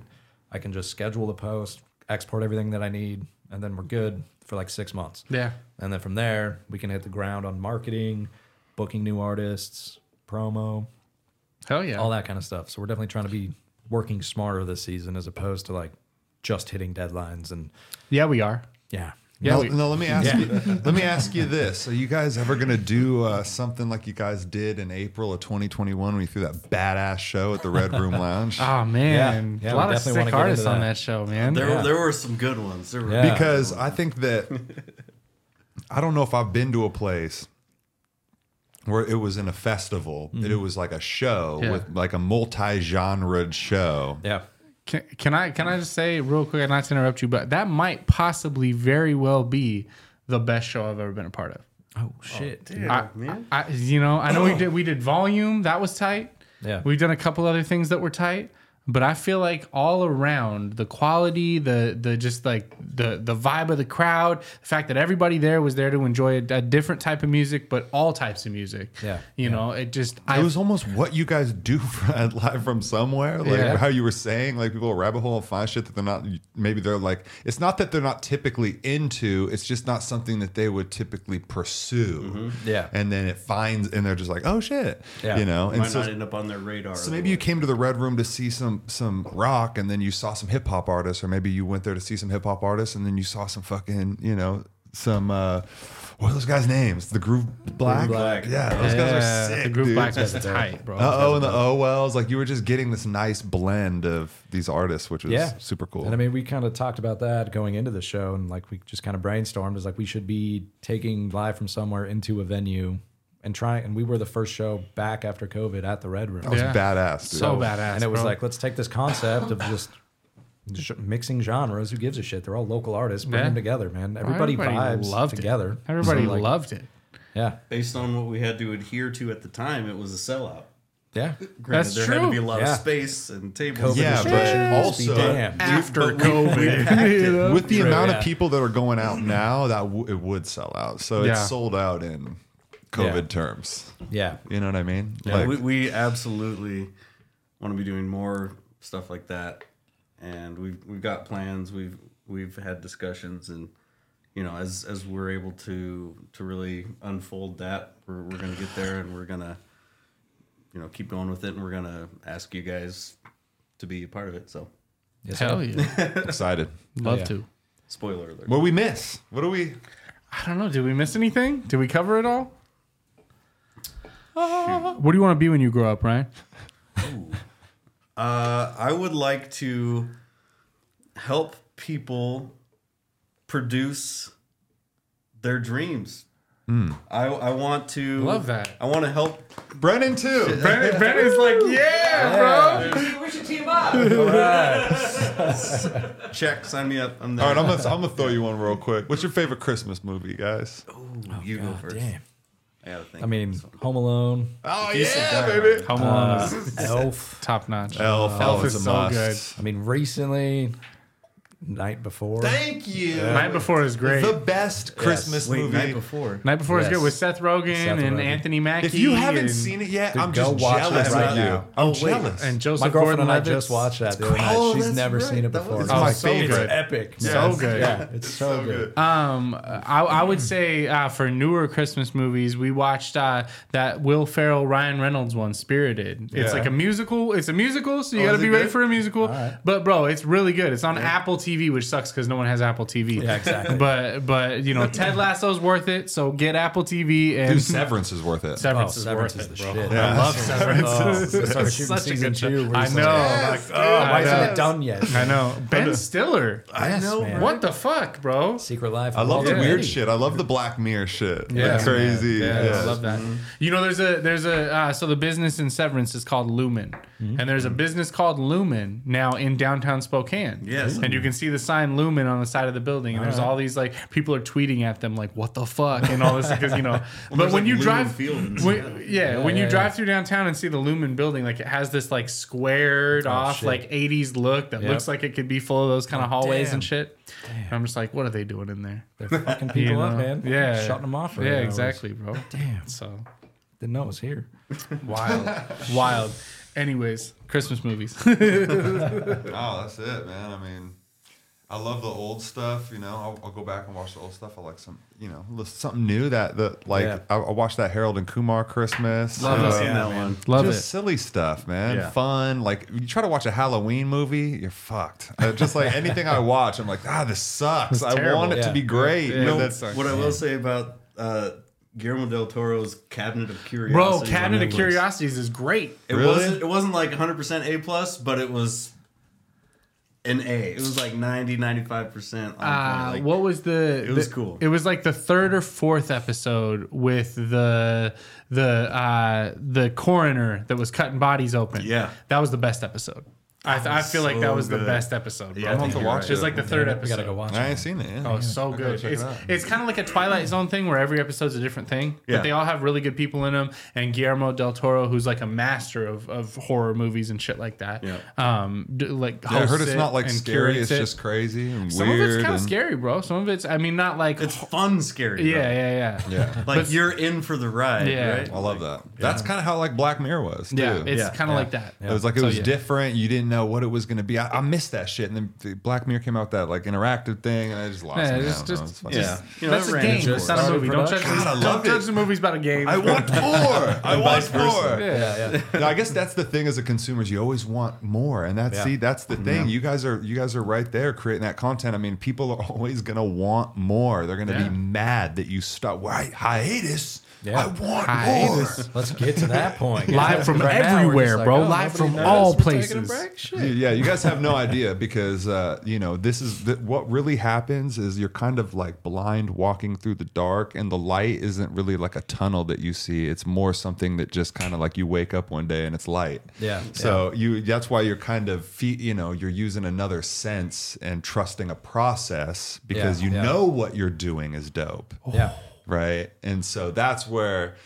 I can just schedule the post, export everything that I need, and then we're good for like six months. Yeah. And then from there, we can hit the ground on marketing, booking new artists, promo, Hell yeah. all that kind of stuff. So we're definitely trying to be working smarter this season as opposed to like just hitting deadlines and Yeah, we are. yeah. Yeah, no, we- no, let me ask you. Let me ask you this: Are you guys ever gonna do uh, something like you guys did in April of 2021 when you threw that badass show at the Red Room Lounge? Oh man, Yeah, a we lot of definitely wanna sick get into artists on that. that show, man. There, Yeah. there were some good ones. There were Yeah. because I think that I don't know if I've been to a place where it was in a festival, but it was like a show Yeah. with like a multi-genre show. Yeah. Can, can I can I just say real quick, not to interrupt you, but that might possibly very well be the best show I've ever been a part of. Oh shit. dude. I, I, I- you know, I know we did we did volume that was tight. Yeah. we've done a couple other things that were tight, but I feel like all around the quality, the the just like the the vibe of the crowd, the fact that everybody there was there to enjoy a, a different type of music, but all types of music. Yeah. you know, it just It was almost what you guys do for, at live from somewhere, like Yeah. how you were saying, like people rabbit hole and find shit that they're not. Maybe they're like, it's not that they're not typically into. It's just not something that they would typically pursue. Yeah. and then it finds, and they're just like, oh shit, Yeah. you know. And might so, not end up on their radar. so maybe you came to the Red Room to see some some rock, and then you saw some hip hop artists, or maybe you went there to see some hip hop artists, and then you saw some fucking, you know, some. uh what are those guys' names? The Groove Black. Black. Yeah, those Yeah, guys are sick. the group dude. black was tight, bro. Uh oh, and the oh wells. Like you were just getting this nice blend of these artists, which was Yeah. super cool. And I mean, we kind of talked about that going into the show, and like we just kind of brainstormed is like we should be taking live from somewhere into a venue and trying. And we were the first show back after COVID at the Red Room. that was Yeah. badass. Dude. so badass, And it was bro. like, let's take this concept of just J- mixing genres. Who gives a shit? They're all local artists. Bring Yeah. them together, man. Well, Everybody, everybody vibes loved it. together. Everybody So, like, loved it. Yeah. Based on what we had to adhere to at the time, it was a sellout. Yeah. Granted, That's there had to true. be a lot Yeah. of space and COVID tables. yeah, but also After but we- COVID. we packed it. You know? with the True, amount yeah. of people that are going out now, that w- it would sell out. So Yeah. it's sold out in COVID terms. Yeah. you know what I mean. Yeah, Like, we, we absolutely want to be doing more stuff like that, and we've we've got plans. We've we've had discussions, and you know, as as we're able to to really unfold that, we're we're gonna get there, and we're gonna you know keep going with it, and we're gonna ask you guys to be a part of it. So, Yes, Hell sir. yeah. Excited. Love to. Spoiler alert. What do we miss? What do we? I don't know. Did we miss anything? Did we cover it all? What do you want to be when you grow up, Ryan? Uh, I would like to help people produce their dreams. I, I want to Love that. I want to help Brennan too. Brennan, Brennan's like, yeah, bro. We should team up. Check, sign me up. I'm All right, I'm gonna, I'm gonna throw you one real quick. What's your favorite Christmas movie, guys? you go first. Ah, Damn. I gotta think. I mean, Home Alone. Oh Decent yeah, dialogue. baby. Home Uh, Alone is Elf. top notch. Elf, Uh, Elf is is a so must. good. I mean, recently, night before. Thank you. Night Before is great. The best Christmas Wait, movie. Night Before. Night Before Yes. is good with Seth Rogen Seth and Rogen. Anthony Mackie. If you haven't and- seen it yet, Dude, I'm go just watch jealous that right right now. now. I'm Oh, wait. jealous. And Joseph My girlfriend and I Gordon-Levitt. just watched that the other night. Oh, She's that's never right. seen it That before. was I my was like, favorite. It's epic. So man. good. Yeah, it's so good. Oh, Um, I, I would say uh, for newer Christmas movies, we watched uh, that Will Ferrell Ryan Reynolds one, Spirited. Yeah. It's like a musical. It's a musical, so you Oh, got to is it be ready good? for a musical. But bro, it's really good. It's on Apple TV, which sucks because no one has Apple TV. Yeah, exactly. but but you know, Ted Lasso's worth it. So get Apple TV and Dude, Severance is worth it. Severance Oh, is Severance worth is it, the bro. shit. Yeah. I love Oh, Severance. we started It's shooting such a season good show. two I recently. know. Yes. Like, oh, Why isn't know. it done yet? I know. Ben Stiller. I know, man. What the fuck, bro? Secret Life. I love the Yeah. weird shit. I love the Black Mirror shit. Yeah, Yeah. crazy. Yeah, yeah. I love that. You know, there's a there's a uh, so the business in Severance is called Lumen, Mm-hmm. and there's a business called Lumen now in downtown Spokane. Yes. and you can see the sign Lumen on the side of the building, and there's all these like people are tweeting at them like "What the fuck" and all this because you know. but there's, when like, you Lumen drive, Field and when- stuff. yeah, Yeah, when you yeah, drive through downtown and see the Lumen building, like it has this like squared off Oh, shit. like '80s look that Yep. Oh, looks like it could be full of those kind of hallways damn. and shit. And I'm just like, what are they doing in there? They're fucking You people up, know? man. Yeah, Shutting them off. for eight yeah, hours. exactly, bro. Damn. So Didn't know it was here. wild, wild. Anyways, Christmas movies. Oh, that's it, man. I mean, I love the old stuff. You know, I'll, I'll go back and watch the old stuff. I like some, you know, li- something new that the like. Yeah. I, I watched that Harold and Kumar Christmas. I haven't Uh, seen that one. Love just it. silly stuff, man. Yeah. Fun. Like you try to watch a Halloween movie, you're fucked. Uh, just like anything I watch, I'm like, ah, this sucks. I terrible. want it to Yeah. be great. You but know, that's- what I will say about uh, Guillermo del Toro's Cabinet of Bro, Curiosities. on Cabinet of Netflix. Curiosities is great. It Really? wasn't. It wasn't like 100 percent A plus, but it was an A. It was like 90, 95 percent. Uh, what was the? It was the- cool. It was like the third or fourth episode with the the uh, the coroner that was cutting bodies open. Yeah. that was the best episode. I, th- I feel like that so was the good. best episode. Bro. Yeah, I think you're right. It was like the third We episode. gotta go watch I it. ain't seen it. Yeah. Oh, it's so gotta good. check it It's, out. it's kind of like a Twilight Zone thing where every episode's a different thing, Yeah. but they all have really good people in them. And Guillermo del Toro, who's like a master of, of horror movies and shit like that. Yeah. Um, d- like Yeah, I heard hosts it's it not like and scary. It's curates it. just crazy and some weird. of it's kind of and- scary, bro. Some of it's, I mean, not like It's fun, scary. yeah, though. yeah, yeah, Yeah. Like you're in for the ride. Yeah. Right? I love that. That's kind of how like Black Mirror was. Too. yeah. It's Yeah. kind of like that. It was like it So, was yeah. different. You didn't know what it was going to be. I, I missed that shit, and then the Black Mirror came out with that like interactive thing, and I just lost Yeah, it. I just- don't know. just- It's fucking- Yeah. You know, That's it a ran its game. It's course. not a movie. Don't judge, God, I don't loved judge it. the movies about a game. I want more. I want more. yeah. Yeah, Now, I guess that's the thing as a consumers, you always want more, and that's Yeah. see, that's the thing. You guys are you guys are right there creating that content. I mean, people are always gonna want more. They're gonna Yeah. be mad that you stop. Why hiatus? Yeah. I want Hiatus. more. Let's get to that point. Live from everywhere, bro. oh, oh, Live from all places. Yeah, yeah, you guys have no idea because uh, you know this is the, what really happens is you're kind of like blind walking through the dark, and the light isn't really like a tunnel that you see. It's more something that just kind of like you wake up one day and it's light. Yeah, So you that's why you're kind of feet. You know, you're using another sense and trusting a process because Yeah, you yeah. know what you're doing is dope. Oh. Yeah. Right. And so that's where.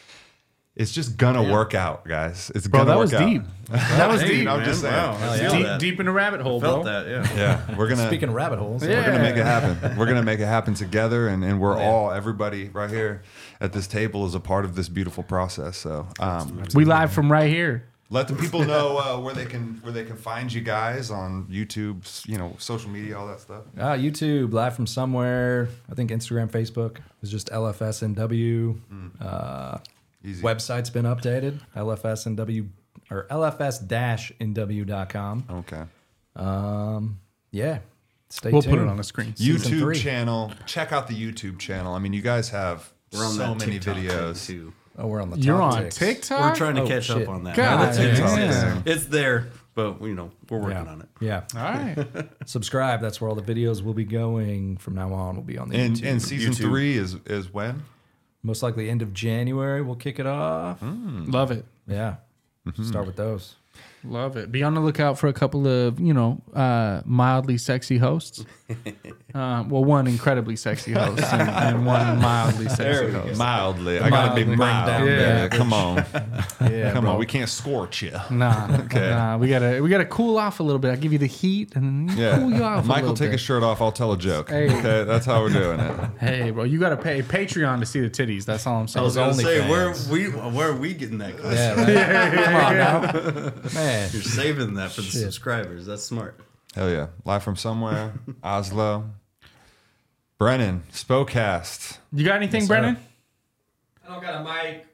It's just gonna work out, guys. It's Bro, gonna that work was out. deep. That was Hey, deep. I'm just saying. Wow. Deep, deep in a rabbit hole, Felt bro. that, yeah. Yeah, we're gonna Speaking of rabbit holes, We're gonna make it Yeah. happen. We're gonna make it happen together, and, and we're all everybody right here at this table is a part of this beautiful process. So um, We live from right here. let the people know uh, where they can where they can find you guys on YouTube, s- you know, social media, all that stuff. Uh, YouTube, live from somewhere. I think Instagram, Facebook is just LFSNW. Mm, Uh, Website's been updated. LFSNW or LFS-NW.com. Okay. Um, yeah. Stay We'll tuned. put it on the screen. Season YouTube three. channel. Check out the YouTube channel. I mean, you guys have We're on so that many TikTok thing, videos. too. Oh, we're on the You're top on ticks. TikTok? We're trying to Oh, catch shit. up on that. God It's- it's- damn. it's- It's there, but you know we're working Yeah. on it. Yeah. All right. Subscribe. That's where all the videos will be going from now on. Will be on the And YouTube. and season YouTube. three is is when? Most likely end of January. We'll kick it off. Hmm. Love it. Yeah. Start with those. Love it. Be on the lookout for a couple of, you know, uh, mildly sexy hosts. Uh, well, one incredibly sexy host and, and one mildly sexy host. Mildly. I gotta be mildly. mild. Bring down baby. the Come on. Yeah, Come bro. on. We can't scorch you. Nah, nah, we gotta we gotta cool off a little bit. I give you the heat and then Yeah. cool you off. Michael, a little take bit. his shirt off. I'll tell a joke. Hey. Okay, that's how we're doing it. Hey, bro, you gotta pay Patreon to see the titties. That's all I'm saying. I was gonna say, where OnlyFans. we where are we getting that? Class? Yeah. Right? Come on now, man. You're saving that for the subscribers. That's smart. Hell yeah. Live from somewhere, Oslo. Brennan, Spocast. You got anything, Brennan? I don't got a mic.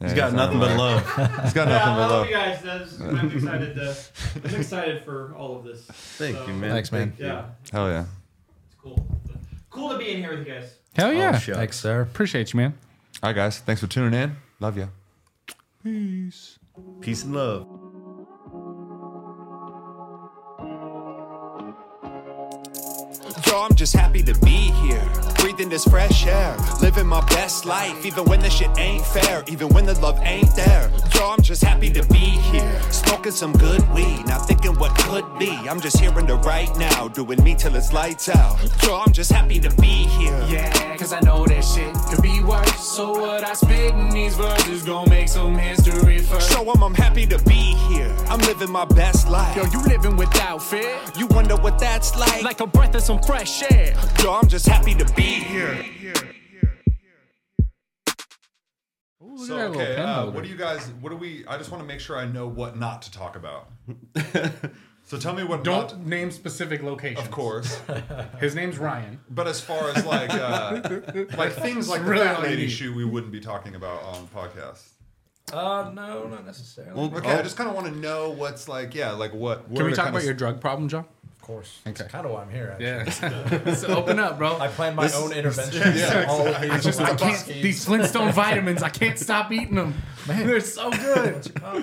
He's got nothing but love. He's got Yeah, nothing I but love love. you guys. That's- I'm excited to. I'm excited for all of this. Thank So, you, man. Thanks, man. Yeah, Hell yeah. it's cool. Cool to be in here with you guys. Hell yeah. Oh, shucks. Thanks, sir. Appreciate you, man. All right, guys. Thanks for tuning in. Love you. Peace and love. Yo, I'm just happy to be here. Breathing this fresh air. Living my best life, even when the shit ain't fair. Even when the love ain't there. Yo, I'm just happy to be here. Smoking some good weed, not thinking what could be. I'm just here in the right now, doing me till it's lights out. Yo, I'm just happy to be here. Yeah, cause I know that shit could be worse. So what I spit in these verses gon' make some history first. Show 'em I'm happy to be here. I'm living my best life. Yo, you living without fear? You wonder what that's like? Like a breath of some fresh air. Yo, I'm just happy to be here. Ooh, look So, at that okay, little pen uh, holder. what do you guys, what do we, I just want to make sure I know what not to talk about. so tell me what not Don't name specific locations. Of course. His name's Ryan. But as far as like, uh, like things like the Really fat lady neat. shoe, we wouldn't be talking about on podcast. Uh, no, not necessarily. Okay, I just kind of want to know what's like, yeah, like what. where Can we to talk kinda about your drug problem, John? of course. That's kind of why I'm here. Actually. Yeah. so open up, bro. I plan my own interventions. yeah, all of these Just- I little can't, schemes. these Flintstone vitamins, I can't stop eating them. Man, they're so good.